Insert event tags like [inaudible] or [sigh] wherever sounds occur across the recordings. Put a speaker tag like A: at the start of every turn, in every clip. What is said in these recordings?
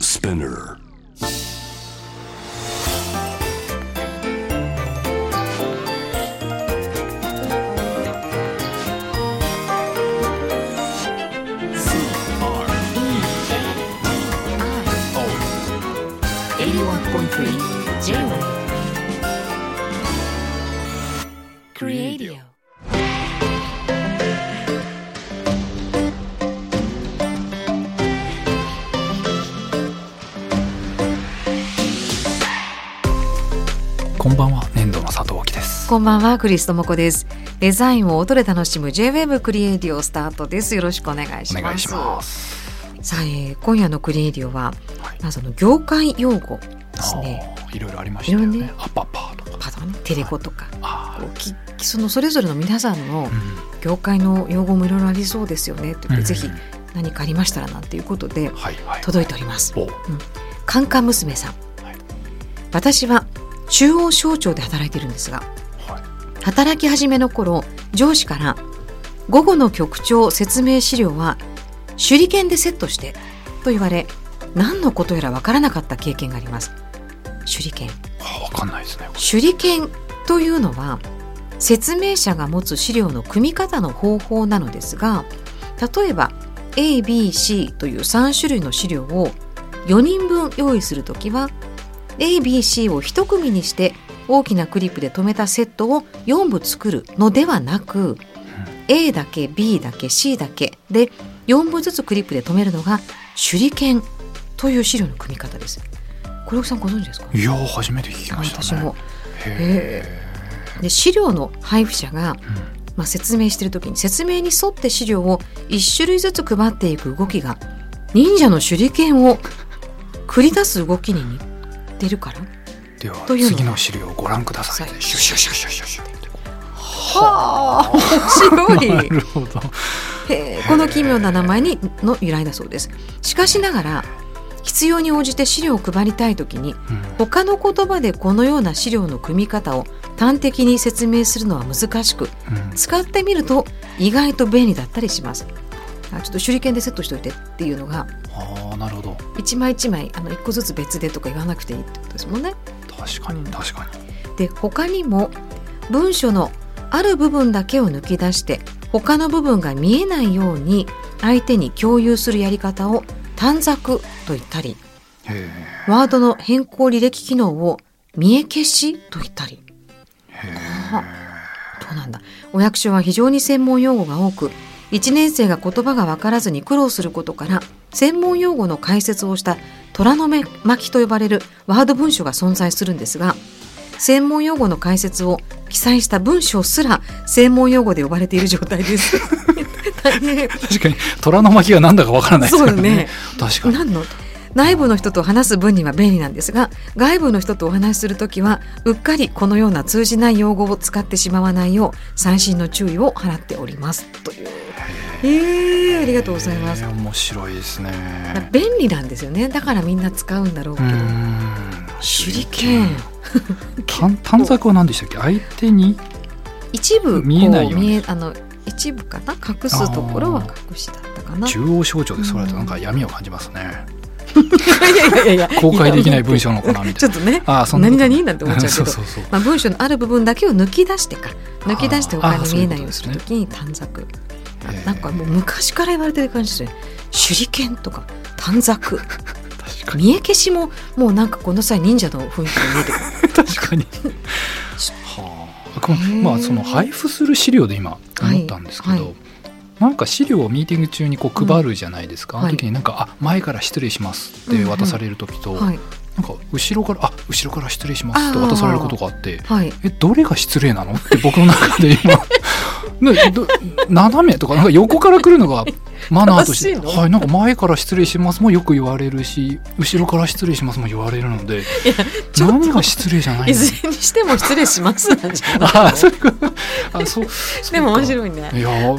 A: Spinner.
B: 81.3 J-Wave
C: Creadio.
D: こんばんは粘土の佐藤貴です
B: こんばんはクリストモコですデザインを音で楽しむ J-Wave クリエイディオスタートですよろしくお願いしま
D: お
B: す
D: 願いします
B: さあ、えー今夜のクリエイディオは、まあその業界用語ですね
D: あーいろいろありましたよ
B: いろいろ
D: ね
B: ね
D: アパパとか
B: パドねテレコとか、
D: あー
B: きそのそれぞれの皆さん
D: う
B: の
D: ん
B: 業界の用語もいろいろありそうですよねって言
D: う
B: って、
D: ん
B: ぜひ何かありましたらなんていうことで
D: はいはい
B: 届いております
D: お
B: カンカン娘さん、
D: はい
B: 私は中央省庁で働いてるんですが
D: はい
B: 働き始めの頃上司から午後の局長説明資料は手裏剣でセットしてと言われ何のことやら分からなかった経験があります手裏剣
D: あわかんないですね
B: 手裏剣というのは説明者が持つ資料の組み方の方法なのですが例えば ABC という3種類の資料を4人分用意するときは ABC を1組にして大きなクリップで留めたセットを4部作るのではなく A だけ B だけ C だけで4部ずつクリップで留めるのが手裏剣という資料の組み方です。これ奥さんご存知ですか
D: いやー初めて聞きましたね
B: 私も
D: へ
B: で資料の配布者が、
D: ーうん
B: まあ、説明している時に説明に沿って資料を1種類ずつ配っていく動きが忍者の手裏剣を繰り出す動きに似てるから
D: では
B: というのは
D: 次の資料をご覧ください
B: はい
D: シュシュシュシュシュシュって
B: はあ面 [laughs] 白い
D: なるほど
B: へえこの奇妙な名前にの由来だそうですしかしながら必要に応じて資料を配りたい時に
D: うん
B: 他の言葉でこのような資料の組み方を端的に説明するのは難しく
D: うん
B: 使ってみると意外と便利だったりしますあちょっと手裏剣でセットしといてっていうのが
D: ああなるほど
B: 一枚一枚あの一個ずつ別でとか言わなくていいってことですもんね
D: 確かに確かに
B: で他にも文書のある部分だけを抜き出して他の部分が見えないように相手に共有するやり方を短冊と言ったり
D: へ
B: ワードの変更履歴機能を見え消しと言ったりあそうなんだお役所は非常に専門用語が多く1年生が言葉が分からずに苦労することから専門用語の解説をした虎の目巻きと呼ばれるワード文書が存在するんですが専門用語の解説を記載した文章すら専門用語で呼ばれている状態です。大変
D: え確かに虎の巻が何だかわからないですから
B: そうね
D: ね確かに
B: 何の内部の人と話す分には便利なんですが外部の人とお話しするときはうっかりこのような通じない用語を使ってしまわないよう細心の注意を払っておりますというえー、ありがとうございます
D: へー面白いですね
B: 便利なんですよねだからみんな使うんだろうけ
D: う
B: ど
D: ん
B: 手裏剣
D: 短短冊は何でしたっけ相手に
B: 一部こう
D: 見えないように
B: 見えあの一部かな隠すところは隠しだったかな
D: 中央省庁でそれだとなんか闇を感じますね
B: い [laughs] やいやいやいや
D: 公開できない文章なのかなみ
B: [laughs] ち
D: た
B: ょ
D: い
B: っとね
D: なあーそんなこ
B: 何
D: と
B: 々なんて思っちゃうけど
D: そう [laughs] そうそう
B: まあ、文章のある部分だけを抜き出してか抜き出して他
D: あー
B: に
D: そうい
B: 見え
D: うこ
B: な
D: とで
B: いように
D: す
B: す
D: ね
B: るときに短冊
D: へー
B: なんかもう昔から言われてる感じですね手裏剣とか
D: [laughs]
B: 短冊
D: 確かに
B: 見え消しももうなんかこの際忍者の雰囲気が見え
D: [laughs]
B: てくる
D: 確
B: [laughs]
D: かに。はあこ
B: へえ
D: まあその配布する資料で今
B: はい
D: 思ったんですけど、
B: はい
D: なんか資料をミーティング中にこう配るじゃないですか、
B: うん
D: あの時になんか「あ前から失礼します」って渡される時と、
B: はい
D: なんか後ろから「あ後ろから失礼します」って渡されることがあって
B: はい
D: えどれが失礼なのって僕の中で今 [laughs] ねど斜めとかなんか横から来るのがマナーとして
B: 正しいの
D: はい、なんか前から失礼しますもよく言われるし後ろから失礼しますも言われるので
B: ちょっと
D: 何が失礼じゃない
B: い
D: の
B: ずれにしても失礼しますなんじゃない
D: [laughs] あそういうことあそうそうか
B: でも面白いね
D: いや
B: あー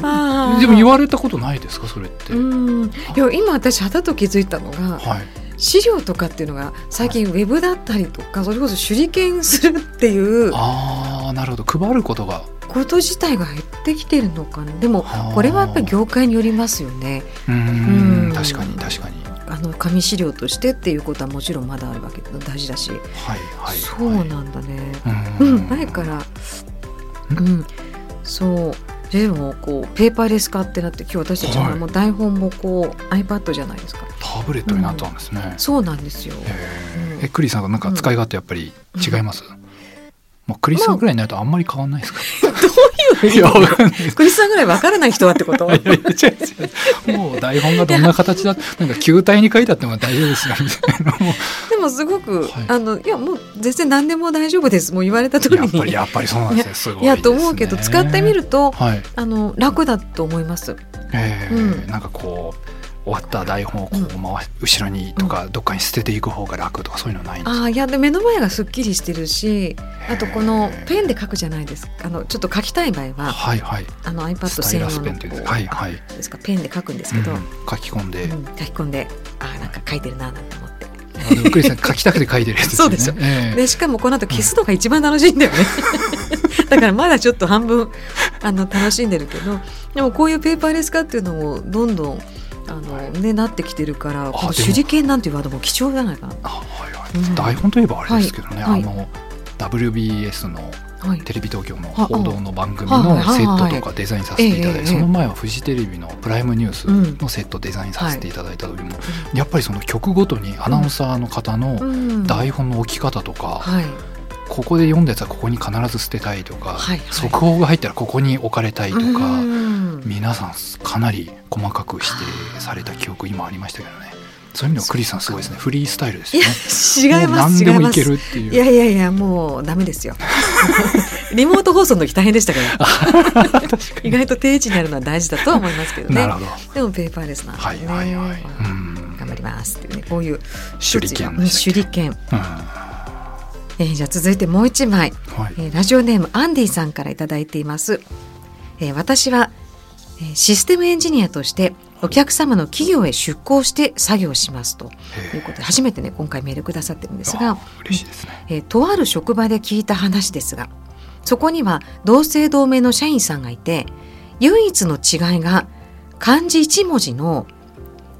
D: ーでも言われたことないですかそれって、
B: うんいや今私はたと気づいたのが
D: はい
B: 資料とかっていうのが最近ウェブだったりとかそれこそ手裏剣するっていう
D: ああなるほど配ることが
B: こと自体が減ってきてるのかなでも
D: あー
B: これはやっぱり業界によりますよね
D: うーん
B: うん
D: 確かに確かに
B: ああの紙資料としてっていうことはもちろんまだあるわけ大事だし、
D: はいはい
B: そうなんだね、
D: はい
B: うんん、前から、うん、そうでもこうペーパーレス化ってなって今日私たち
D: はい
B: も台本もこう iPad じゃないですか
D: タブレットになったんですね、
B: そうなんですよ
D: へえ
B: うん
D: えクリさんがなんか使い勝手やっぱり違います、まあ、クリさんぐらいになるとあんまり変わんないですか、どういういやわかん
B: [laughs]
D: ないです
B: クリスさんぐらいわからない人はってこと
D: いやいや違う違うもう台本がどんな形だなんか球体に書いてあっても大丈夫ですよみたいなもう
B: でもすごく、
D: はい
B: あのいやもう全然何でも大丈夫ですもう言われた通り
D: やっぱり
B: に
D: やっぱりそうなんですねすごい
B: いやと思うけど使ってみ
D: る
B: ると
D: はい
B: あの楽だと思います
D: ええ
B: うん
D: なんかこう終わった台本をこう回し後ろにとかどっかに捨てていく方が楽とかそういうのはないんです
B: あ
D: か
B: ーいやで目の前がすっきりしてるしあとこの
D: ン
B: ペンで書くじゃないですかあのちょっと書きたい場合は
D: はいはい
B: あの iPad
D: スタイ
B: 専用
D: ラス
B: の
D: ペンっていうんですかはいはい、
B: こうですかペンで書くんです
D: う
B: け
D: ん
B: ど、
D: 書き込んで、
B: うん書き込んであーなんか書いてるななんて思って
D: あ
B: [laughs]
D: のクリスさん書きたくて書いてるやつですよね。
B: そう
D: ええ
B: でしかもこの後消すのが一番楽しいんだよねだからまだちょっと半分あの楽しんでるけどでもこういうペーパーレス化っていうのもどんどんあの、ね、なってきてるからこの
D: でも
B: 手裏剣なんていうワードも貴重じゃないかな。
D: あはいはい
B: うん
D: 台本といえばあれですけどね、
B: はい
D: あの WBS の
B: はい
D: テレビ東京の
B: あ
D: 報道の番組
B: はい
D: の
B: はい
D: セットとかデザインさせていただいて、
B: ええ
D: その前はフジテレビの「プライムニュース」のセットデザインさせていただいた時も、やっぱりその曲ごとにアナウンサーの方の
B: うん
D: 台本の置き方とか、
B: はい、
D: ここで読んだやつはここに必ず捨てたいとか、
B: はいはい
D: 速報が入ったらここに置かれたいとか、
B: うん
D: 皆さんかなり細かく指定された記憶今ありましたけどねそういう意味ではクリスさんすごいですねフリースタイルです
B: い
D: よ
B: や
D: ね
B: 違い
D: もう
B: ます
D: 何で
B: 違い
D: も
B: ま
D: い
B: す
D: けるっていう
B: いやいやいやもうダメですよ [laughs] リモート放送の時大変でしたから
D: 確か
B: 意外と定位置にあるのは大事だとは思いますけど
D: な
B: ね
D: るほど
B: でもペーパーレスなん
D: はい
B: でね、
D: はいはい、
B: ま
D: う
B: あ
D: ん
B: 頑張りますっていうねこういう
D: 手裏剣でした
B: 手
D: っけ
B: 裏剣、
D: うん
B: えーじゃあ続いてもう一枚、
D: はい
B: えーラジオネームアンディさんからいただいています、えー私は、えーシステムエンジニアとしてお客様の企業へ出向して作業しますということで初めてね今回メールくださってるんですが
D: あー嬉しいですね
B: えーとある職場で聞いた話ですがそこには同姓同名の社員さんがいて唯一の違いが漢字一文字の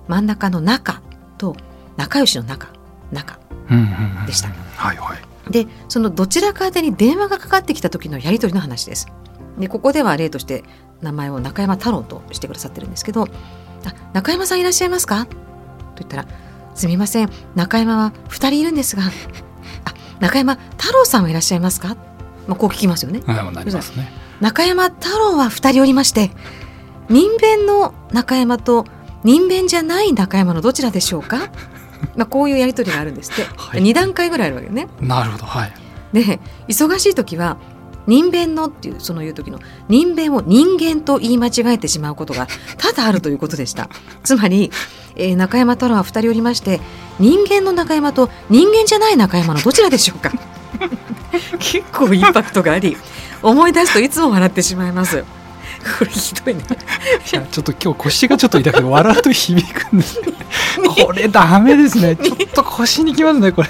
B: 真ん中の「中」と「仲良しの中」「中
D: うんうんうん
B: でした
D: はいはい」
B: でそのどちらか宛てに電話がかかってきた時のやり取りの話です。でここでは例として名前を中山太郎としてくださってるんですけど「あ中山さんいらっしゃいますか?」と言ったら「すみません中山は2人いるんですがあ中山太郎さんはいらっしゃいますか?」まあ、こう聞きますよね。
D: あなりますね
B: 中山太郎は2人おりまして人弁の中山と人弁じゃない中山のどちらでしょうかまあこういうやり取りがあるんですって、
D: はい
B: 2段階ぐらいあるわけよね。
D: なるほどはい
B: で忙しい時は人弁のっていうその言う時の人弁を人間と言い間違えてしまうことが多々あるということでしたつまり、えー中山太郎は2人おりまして人間の中山と人間じゃない中山のどちらでしょうか結構インパクトがあり思い出すといつも笑ってしまいますこれひどいね
D: いやちょっと今日腰がちょっと痛くて笑うと響くんです
B: [laughs]
D: ねこれダメですねちょっと腰にきますねこれ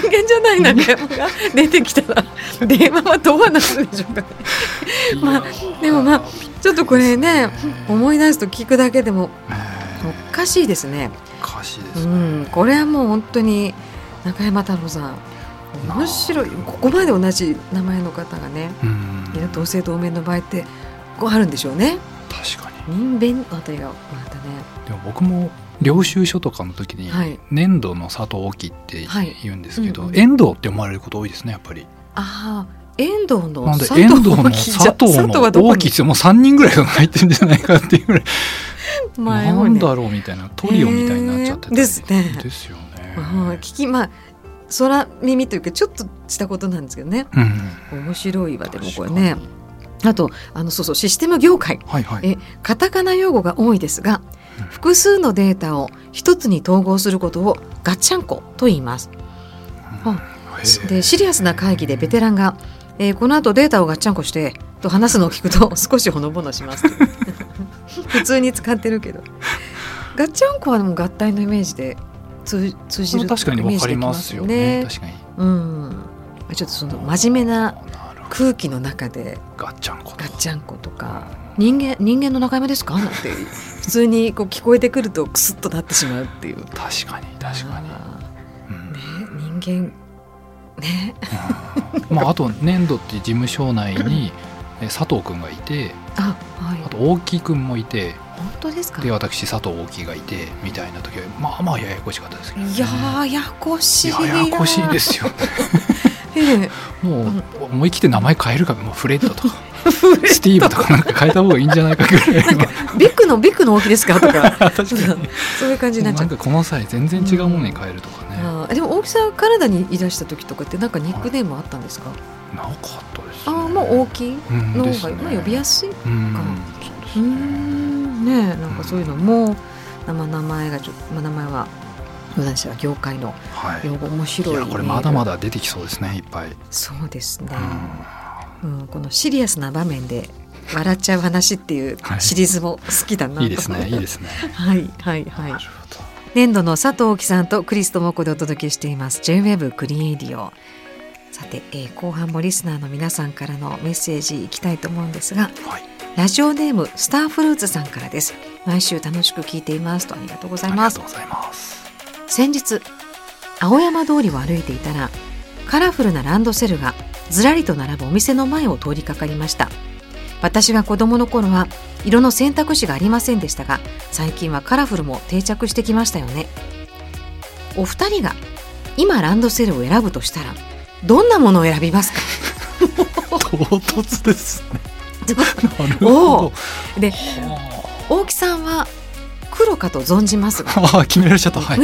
B: 人間じゃない中山が出てきたら電話はどうなるんでしょうかまあでもまあちょっとこれね思い出すと聞くだけでもおかしいですね
D: おかしいで
B: う
D: すね、
B: ん、これはもう本当に中山太郎さん面白いここまで同じ名前の方がね
D: うん
B: いや同姓同名の場合ってこうあるんでしょうね
D: 確かに
B: 人弁あたりがまたね
D: でも僕も領収書とかの時に
B: はい
D: 粘土の砂糖置きって
B: はい
D: 言うんですけど、
B: うんうん
D: 遠藤って思われること多いですねやっぱり
B: ああ遠藤の
D: なんで
B: 佐藤
D: 遠藤の
B: 大樹じゃ
D: 佐藤
B: 佐藤はど
D: の
B: こ
D: 大きい
B: に
D: ってもう3人ぐらいが入ってるんじゃないかっていうぐらい、
B: [laughs] 前
D: な
B: を
D: ん
B: ね
D: だろうみたいなトリオみたいになっちゃってたり
B: へーですね
D: ですよね
B: うん聞きまあ空耳というかちょっとしたことなんですけどね
D: うん
B: 面白いわでもこれ
D: 確
B: ね
D: かに
B: あとあのそうそうシステム業界
D: はいはい
B: えカタカナ用語が多いですが
D: うん
B: 複数のデータを一つに統合することをガッチャンコと言います。
D: へー
B: でシリアスな会議でベテランが、えーこの後データをガッチャンコしてと話すのを聞くと少しほのぼのしますと [laughs] 普通に使ってるけどガッチャンコはでも合体のイメージで通通じる
D: 確かに
B: イメ
D: わ
B: ージ
D: か
B: で
D: り
B: き
D: ますよね
B: ま
D: 確かに
B: すようんちょっとその真面目な
D: なるほど
B: 空気の中で
D: ガッチャンコと
B: ガ
D: か
B: ッチャンコとか人間人間の中山ですかなんて普通にこう聞こえてくるとクスッとなってしまうっていう
D: 確かに確かに、うん
B: ね人間ね
D: うんまああと粘土っていう事務所内にえ佐藤君がいて
B: あはい
D: あと大木君もいて
B: 本当ですか
D: で私佐藤大木がいてみたいな時はまあまあややこしかったですけどね、
B: いやーややこしい、
D: いやややこしいです
B: [laughs]
D: すよ
B: ええ
D: もう思い切って名前変えるかもうフレッド
B: [laughs]
D: とかスティーブとかなんか変えた方がいいんじゃないかぐらいの
B: ビッグのビッグの大きいですかと
D: [laughs]
B: か
D: 確かにも
B: そういう感じ
D: う
B: になっち
D: な
B: ゃ
D: ん
B: う
D: かこの際全然違うものに変えるとかね、
B: あーでも大木さんカナダにいらした時とかってなんかニックネームあったんですか、
D: なかったですね
B: ああもう大きい
D: うん
B: の
D: です
B: 方が、
D: ね
B: まあ、呼びやすい
D: うん
B: う
D: そうです
B: ー
D: ね
B: んねえなんかそういうのも、まあ、名前がちょ、まあ、名前は私は業界の
D: はい
B: 用語面白
D: い
B: い
D: やこれまだま
B: だ
D: だ出てきそうですねいっぱい、
B: そうですね、
D: うん
B: うん、このシリアスな場面で笑っちゃう話っていう
D: はい
B: シリーズも好きだなと、
D: いいです
B: [laughs]
D: ねいいですね
B: はいはいはい
D: なるほど
B: 年度の佐藤貴さんとクリストもこでお届けしています J-WEB クリエイディオさて、えー後半もリスナーの皆さんからのメッセージいきたいと思うんですが
D: はい
B: ラジオネームスターフルーツさんからです毎週楽しく聞いていますとありがとうござ
D: あ
B: い
D: り
B: ま
D: が
B: す
D: とうございます
B: 先日青山通りを歩いていたらカラフルなランドセルがずらりと並ぶお店の前を通りかかりました私が子供の頃は色の選択肢がありませんでしたが最近はカラフルも定着してきましたよねお二人が今ランドセルを選ぶとしたらどんなものを選び
D: [laughs]
B: ますか
D: 唐
B: [laughs]
D: 突ですねなる
B: お
D: ほど
B: うで
D: は
B: 大木さんは黒かと存じますが
D: ああ [laughs] 決められちゃったはい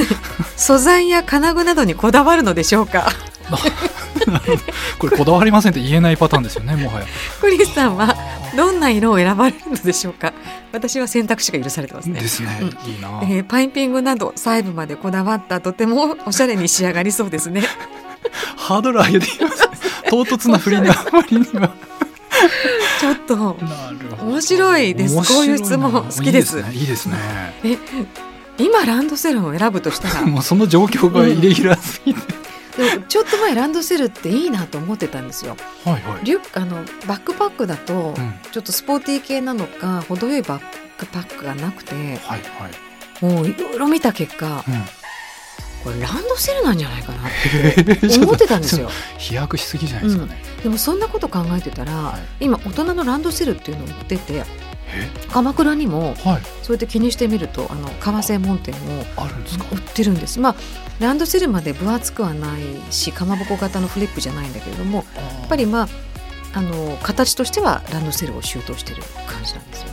B: 素材や金具などにこだわるのでしょうか [laughs]
D: これこだわりませんって言えないパターンですよねもはや
B: クリスさんはどんな色を選ばれるのでしょうか私は選択肢が許されてますね
D: ですね
B: う
D: いいな
B: えーパイピングなど細部までこだわったとてもおしゃれに仕上がりそうで
D: [laughs]
B: すね
D: ハードル上げています唐突な振
B: [laughs]
D: りのあまりには
B: ちょっと
D: なるほど
B: 面白いです
D: 面白な
B: こういう質問好きです
D: いいですねいいですね
B: え今ランドセルを選ぶとしたらでも
D: もうその状況がイレギュラーすぎ
B: [laughs]
D: て、
B: ちょっと前ランドセルっていいなと思ってたんですよ
D: はいはい、
B: リュックあのバックパックだと
D: うん、
B: ちょっとスポーティー系なのか程よいバックパックがなくて
D: はいはい、
B: もういろいろ見た結果
D: うん、
B: これランドセルなんじゃないかなっ
D: え
B: て思ってたんですよ
D: [laughs] 飛躍しすぎじゃないですかね、
B: でもそんなこと考えてたら、
D: い
B: 今大人のランドセルっていうのを売ってて
D: え
B: 鎌倉にも
D: はい
B: そうやって気にしてみるとあの革製門店も
D: あるんですか、
B: 売ってるんです、まあ、ランドセルまで分厚くはないしかまぼこ型のフリップじゃないんだけれども
D: や
B: やっぱりまああの形としてはランドセルを周到してる感じなんですよ。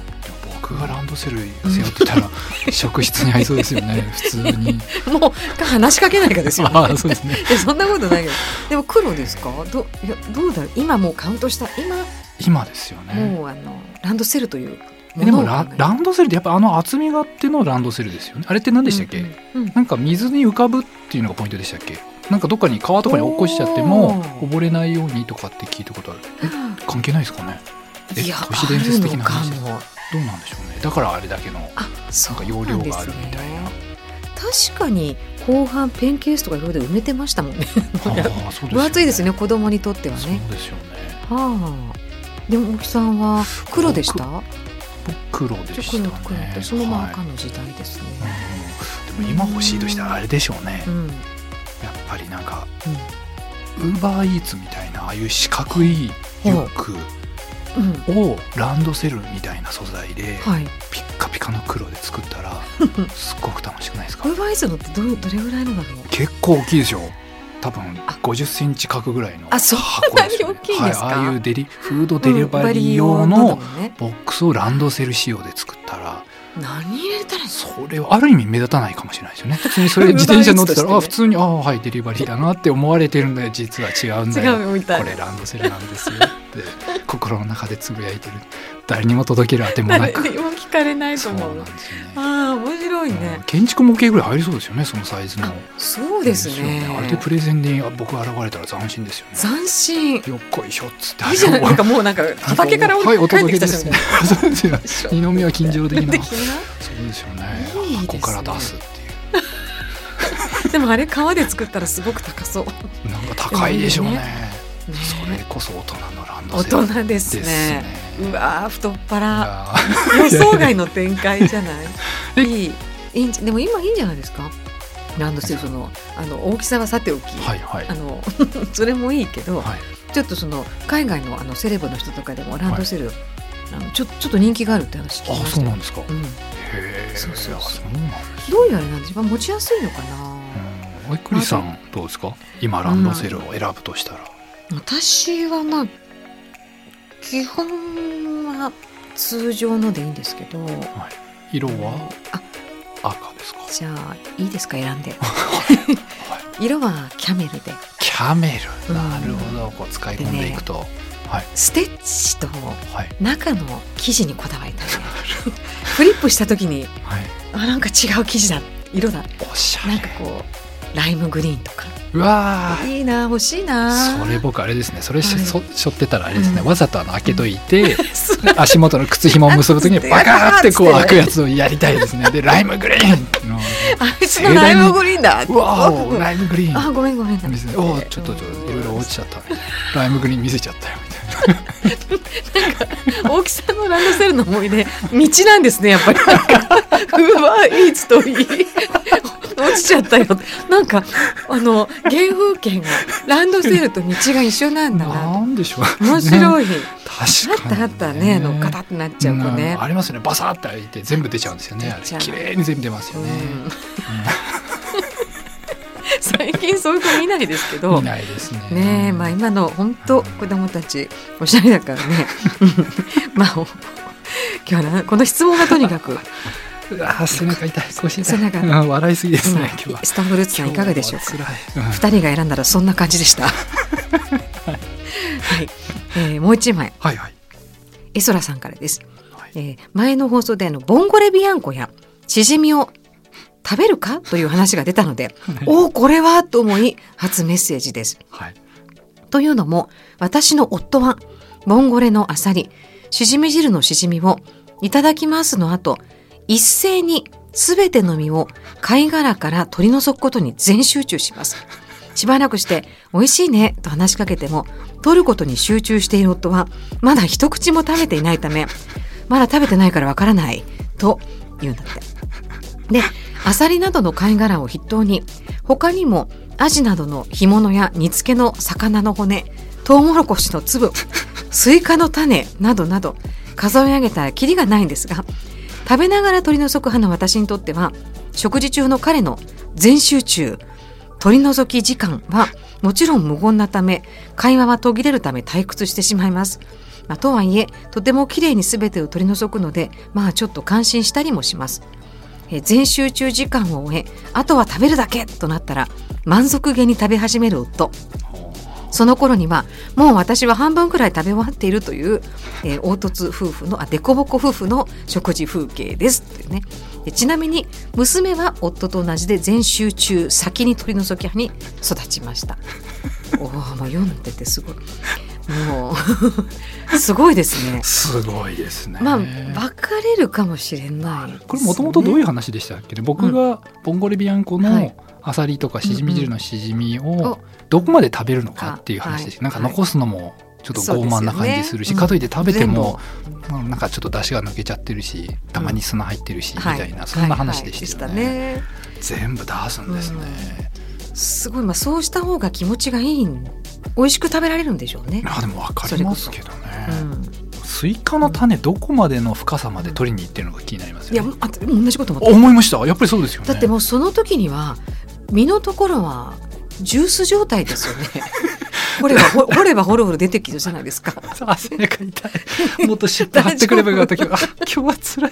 B: [laughs]
D: 僕がランドセル背負ってたら職質に合いそうですよね普通に
B: もうか話しかけないかです
D: [laughs]
B: よ、
D: まあそうですね
B: いや [laughs] そんなことないけどでも黒ですかどいやどうだろう今もうカウントした今
D: 今ですよね
B: もうあのランドセルという
D: え
B: も
D: で
B: の
D: も
B: を
D: ラランドセルってやっぱあの厚みがあってのランドセルですよねあれって何でしたっけ、
B: うんうんうん
D: なんか水に浮かぶっていうのがポイントでしたっけなんかどっかに川とかに落っこちちゃっても
B: おー
D: 溺れないようにとかって聞いたことあるえ関係ないですかねえ
B: いや
D: 都市伝説的な話
B: あるのかも
D: どうなんでしょうねだからあれだけの
B: あそ
D: なんか
B: う
D: 容
B: な
D: 量
B: んで
D: があ
B: す
D: るみたいな
B: ね確かに後半ペンケースとかいろいろ埋めてましたもんね
D: ああそう
B: 分厚いですよ
D: ね
B: ね子供にとっては
D: そう
B: ね
D: ですよね
B: はあでも大木さんは黒でした
D: 黒でした
B: 黒
D: ね
B: 黒ってそのまま
D: はい
B: 赤の時代ですね、
D: うんでも今欲しいとしたらあれでしょうね
B: う、ん
D: やっぱりなんかウーバーイーツみたいなああいう四角いリュック
B: うん、うん、
D: をランドセルみたいな素材で
B: はい
D: ピッカピカの黒で作
B: [laughs]
D: ったらすっごく楽しくないですか
B: これはイズのってどうどれぐらいのだろう
D: 結構大きいでしょ多分
B: あ
D: 50センチ角ぐらいの
B: あそんな
D: 箱ですよね
B: に大きいんですか
D: はい、ああいうデリフードデリバリー用の
B: うんね
D: ボックスをランドセル仕様で作ったら
B: 何入れたらいいの
D: それはある意味目立たないかもしれないですよ
B: [laughs]
D: ね普通にそれ自転車乗ってたら、
B: Uber Eats としてね
D: あ普通にあはいデリバリーだなって思われてるんだよ実は違うんだよ
B: 違うみたい
D: これランドセルなんですよって心の中でつぶやいてる誰にも届けるあてもな
B: 誰 [laughs]
D: く
B: にも聞かれないと
D: そう
B: 思
D: な
B: うん
D: ですよね
B: ああ面白いね
D: うん、建築模型ぐらい入りそうですよねそのサイズの
B: あそうです
D: よ
B: ね
D: あれでプレゼンにあ僕が現れたら斬新ですよね
B: 斬新
D: よっこいしょっつって
B: いいじゃ [laughs] ないなん
D: か
B: かもうなんか畑から
D: はいお
B: 帰っ
D: 届け
B: てきた
D: で
B: じゃん
D: すね [laughs] そうですよ二
B: で
D: の目は近 [laughs] 所的な
B: きな
D: そうですよね
B: いいですね
D: 箱から出すっていう
B: でもあれ革で作ったらすごく高そう、
D: なんか高いでしょうね。
B: ね
D: それこそ大人のランド
B: 大
D: セル
B: 人ですね
D: ですね。
B: うわー太っ腹
D: あ
B: 予想外の展開じゃない
D: [laughs] え
B: いいいいんじでも今いいんじゃないですかランドセルそのあの大きさはさておき、
D: ーはいはい
B: あの [laughs] それもいいけど、
D: はい
B: ちょっとその海外のあのセレブの人とかでもランドセル、あのちょちょっと人気があるって話聞き
D: あ
B: まし
D: そ
B: た
D: う
B: よ
D: なんですかへ
B: うん
D: え
B: そうそうそう
D: うなんですね
B: どういうあれなんですか持ちやすいのかな、
D: うんおいくりさんどうですか今ランドセルを選ぶとしたら、
B: 私はまあ基本は通常のでいいんですけど
D: 色は
B: あ
D: 赤ですか
B: じゃあいいですか選んで
D: [laughs] はい
B: 色はキャメルで
D: キャメル
B: うん
D: なるほどこう使い込んでいくと、
B: ステッチと
D: はい
B: 中の生地にこだわりたいフリップした時に
D: はい
B: あなんか違う生地だ色だ
D: おしゃれ
B: なんかこうライムグリーンとか
D: うわー
B: いいな欲しいな
D: それ僕あれですねそれし,、
B: はい
D: そしょってたらあれですね、
B: うん
D: わざとあの開けといて、
B: そ
D: [laughs] 足元の靴紐を結ぶ
B: [laughs]
D: ときにバカーってこう開くやつをやりたいですねでライムグリーンの
B: [laughs] あいつのライムグリーンだ
D: うわ
B: お
D: おライムグリー
B: あ
D: ン
B: ごめんごめんだ
D: 見せておーちょっとちょっといろいろ落ちちゃったみたいなライムグリーン見せちゃったよみたいな
B: [laughs] 大木さんのランドセルの思い出道なんですねやっぱりなんかうわいいつといい落ちちゃったよなんかあの原風景がランドセルと道が一緒なんだな
D: なんでしょう
B: 面白いあっ
D: 確かに、
B: たあったねあのガタってなっちゃう子ね
D: うんありますよねバサーって開いて全部出ちゃうんですよねあれ
B: 出ちゃう
D: 綺麗に全部出ますよね、
B: うん最近そういう子見ないですけど
D: 見ないですね
B: ねえまあ今の本当子供たちおしゃれだから
D: [laughs]
B: ねまあお今日はなこの質問がとにかく
D: うわー背中痛い腰痛い
B: 背中
D: うん [laughs] 笑いすぎですね、今日は
B: スタンブルーツさんいかがでしょうか
D: 今日は辛い、
B: 二人が選んだらそんな感じでした。はい、えーもう一枚、
D: はいはい
B: エソラさんからです。
D: はい
B: えー前の放送であのボンゴレビアンコやシジミを食べるかという話が出たので、おお、これはと思い、初メッセージです。
D: はい
B: というのも、私の夫は、ボンゴレのアサリ、シジミ汁のシジミを、いただきますの後、一斉にすべての実を貝殻から取り除くことに全集中します。しばらくして、美味しいねと話しかけても、取ることに集中している夫は、まだ一口も食べていないため、まだ食べてないからわからない、と言うんだって。で、アサリなどの貝殻を筆頭に、他にもアジなどの干物や煮付けの魚の骨、トウモロコシの粒、スイカの種などなど、数え上げたらキリがないんですが、食べながら取り除く派の私にとっては、食事中の彼の全集中、取り除き時間はもちろん無言なため会話は途切れるため退屈してしまいます。まあ、とはいえとても綺麗に全てを取り除くのでまあちょっと感心したりもします。えー全集中時間を終えあとは食べるだけとなったら満足げに食べ始める夫。その頃にはもう私は半分くらい食べ終わっているという、えー凹凸夫婦のあ凸凹夫婦の食事風景ですっていうねでちなみに娘は夫と同じで全集中先に取り除き派に育ちましたおおもう読んでてすごいもうすごいですね
D: すごいですね
B: まあ分かれるかもしれないですね、
D: これもともとどういう
B: う
D: 話でしたっけね僕がボンゴレビアンコ
B: は
D: の
B: い
D: アサリとかシジミ汁のシジミ
B: お
D: をどこまで食べるのかっていう話でし
B: あ
D: たなんか
B: はい
D: 残すのもちょっと傲慢な
B: そう
D: 感
B: ですよね
D: じするし
B: うん
D: かといって食べても
B: 全
D: うんなんかちょっと出汁が抜けちゃってるしたまに砂入ってるしみたいなそんな話でしたよ
B: はいはい
D: ね
B: でしたね
D: 全部出すんですね
B: すごいまあそうした方が気持ちがいいん美味しく食べられるんでしょうね
D: あでも分かりますけど
B: う
D: ね
B: ん
D: スイカの種どこまでの深さまで取りに行ってるのか気になります
B: いや
D: よ
B: も
D: ね
B: うあでも同じこと思
D: あ
B: っ
D: 思いましたやっぱりそうですよ
B: た
D: ね
B: だってもうその時には身のところはジュース状態ですよ
D: [laughs]
B: ね掘れば掘掘れば掘るほど出てきるじゃないですか
D: [laughs] あ背中痛い。もっとシュッと貼ってくればよかったけど、
B: [laughs]
D: あ今日は辛い。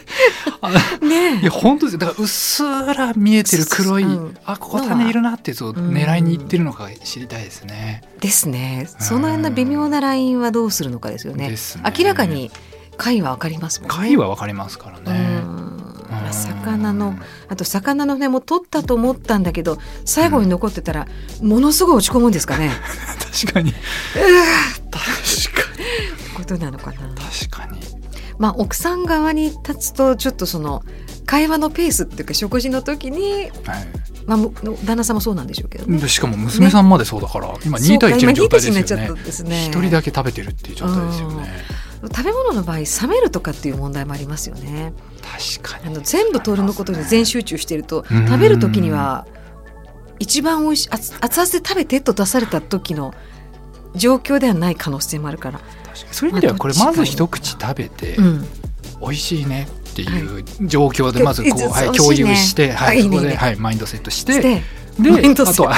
D: あ
B: ね
D: い
B: え
D: や、本当ですよだから、うっすら見えてる黒い、
B: うん
D: あ、ここ種いるなってやつを
B: ん
D: 狙いにいってるのか知りたいですね。
B: ですねその辺の微妙なラインはどうするのかですよね
D: ですね
B: 明らかに貝は分かりますもんね
D: 貝はわかりますからね
B: う。ん
D: うん
B: 魚のあと魚のねもう取ったと思ったんだけど最後に残ってたらものすごい落ち込むんです
D: [laughs]
B: かね、
D: 確かに。確かに。
B: ことなのかな
D: 確かに。
B: まあ、奥さん側に立つとちょっとその会話のペースっていうか食事の時に、
D: は
B: まあ、む旦那さんもそうなんでしょうけどね
D: い。でしかも娘さんまでそうだから、今
B: そう
D: 2対1の状態
B: 今2対1になっ
D: ですよ
B: ちゃった
D: ね
B: んですね
D: 一人だけ食べてるっていう状態ですよね
B: 食べ物の場合冷めるとかっていう問題もありますよね
D: 確か
B: あ
D: に
B: の全部トールのことに全集中してると
D: うん
B: 食べる時には一番おいしい熱熱々で食べてと出された時の状況ではない可能性もあるから、
D: 確かにそういう意味ではこれ
B: まあ
D: まず一口食べて
B: うん、
D: 美味しいねっていう状況でまずこう、
B: は
D: はいい、
B: 美
D: 共
B: 味しいね
D: 有して、は
B: あいい
D: い、そ
B: ね
D: こ
B: いい
D: で、
B: ね
D: はい、マインドセットし
B: してて
D: で
B: マインドセ
D: あ
B: ット
D: とは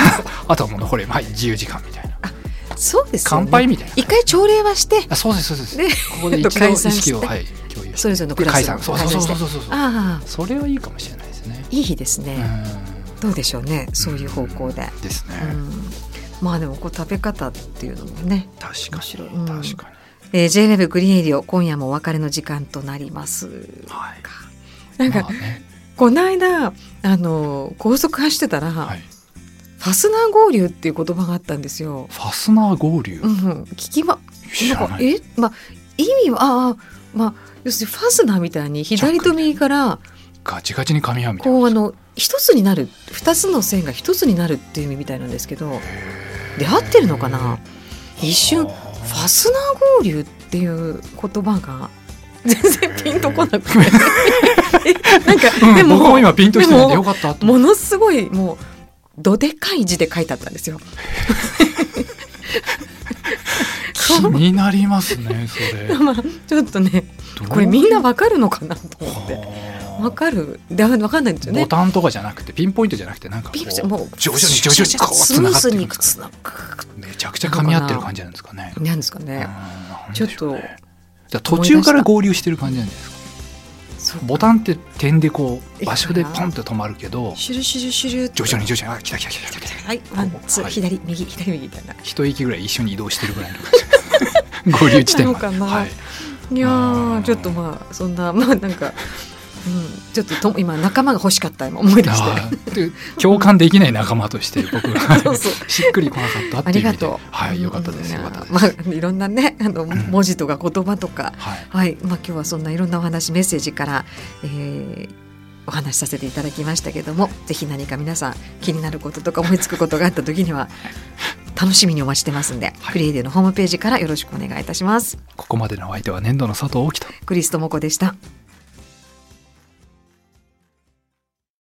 D: [laughs] あとはもう残り、はい、自由時間みたいな
B: そうですよね
D: 乾杯みたいな
B: 一回朝礼はして
D: あそうですそうです
B: で
D: ここで一
B: えっと
D: 度意
B: 解散
D: 識を、
B: して
D: はい、共有して
B: それぞれのクラス
D: 解
B: を
D: 散そうそうそうそう
B: 解散して
D: そうそうそう
B: ああ
D: それはいいかもしれないですね
B: いい日です
D: う
B: ね、
D: ん
B: どうでしょうねそういう方向で、
D: ですね、
B: うん、まあでもこう食べ方っていうのもね
D: 確
B: 面
D: か
B: 白い
D: に
B: うん
D: 確かに、
B: えー、j w e グリーンエリオ今夜もお別れの時間となります
D: はい
B: なんか、
D: まあね
B: この間あのー高速走ってたら、
D: はい、
B: ファスナー合流っていう言葉があったんですよ。
D: ファスナー合流、
B: うんうん、聞きま
D: 知
B: な
D: ら
B: んか
D: ない
B: えまあ意味はああまあ要するにファスナーみたいに左と右から
D: ガチガチに噛み合うみたいな
B: こうあの一つになる二つの線が一つになるっていう意味みたいなんですけどで合ってるのかな一瞬ファスナー合流っていう言葉が全然ピンとこなくてなん
D: う
B: か
D: ん
B: でも
D: 僕も今ピンとしてないんで
B: でも
D: よかったと思
B: も
D: って
B: のすごいもうどでかい字で書いてあったんですよ。
D: 気になりますねそれ
B: まあちょっとね
D: どう
B: これみんなわかるのかなと思って
D: はあ
B: わかるだわかんないんですよね
D: ボタンとかじゃなくてピンポイントじゃなくてなんかこ
B: ピ
D: う
B: ンクちゃんもう
D: 徐々に徐々にこう
B: スムース
D: 繋がってい
B: に
D: く
B: つなぐ
D: めちゃくちゃ噛み合ってる感じなんですかね
B: なんですか
D: うん
B: ね、
D: なん
B: ちょ
D: で
B: っ
D: しょう
B: と
D: ねじゃあ途中から合流してる感じなんじゃないですか
B: そう
D: ボタンって点でこう場所で
B: いいかな
D: ポンって止まるけど
B: シュルシュルシュルって
D: 徐々に徐々にあ来た来た来た来た来た
B: [laughs] はいワンツー、
D: はい
B: 左右左右みたいな
D: 一息ぐらい一緒に移動してるぐらいの感
B: [laughs]
D: じ合流地点まで
B: なのかな
D: はい
B: いやー
D: うん
B: ちょっとまあそんなまあなんか、うん、ちょっとと今仲間が欲しかった今思い出して
D: あ
B: [laughs]
D: ーで共感できない仲間として僕が
B: そうそう
D: しっくりこなかった
B: あ
D: ってい
B: り
D: う意
B: が
D: 味で
B: とう
D: はいよかったです
B: うん
D: よかったです、
B: まあいろんなねあの
D: ん
B: 文字とか言葉とか
D: はい
B: はい、まあ、今日はそんないろんなお話メッセージから、えーお話しさせていただきましたけどもぜひ何か皆さん気になることとか思いつくことがあった時には楽しみにお待ちしてますんで、
D: はい
B: クリエイディのホームページからよろしくお願いいたします
D: ここまでのお相手は年度の佐藤大樹と
B: クリストモコでした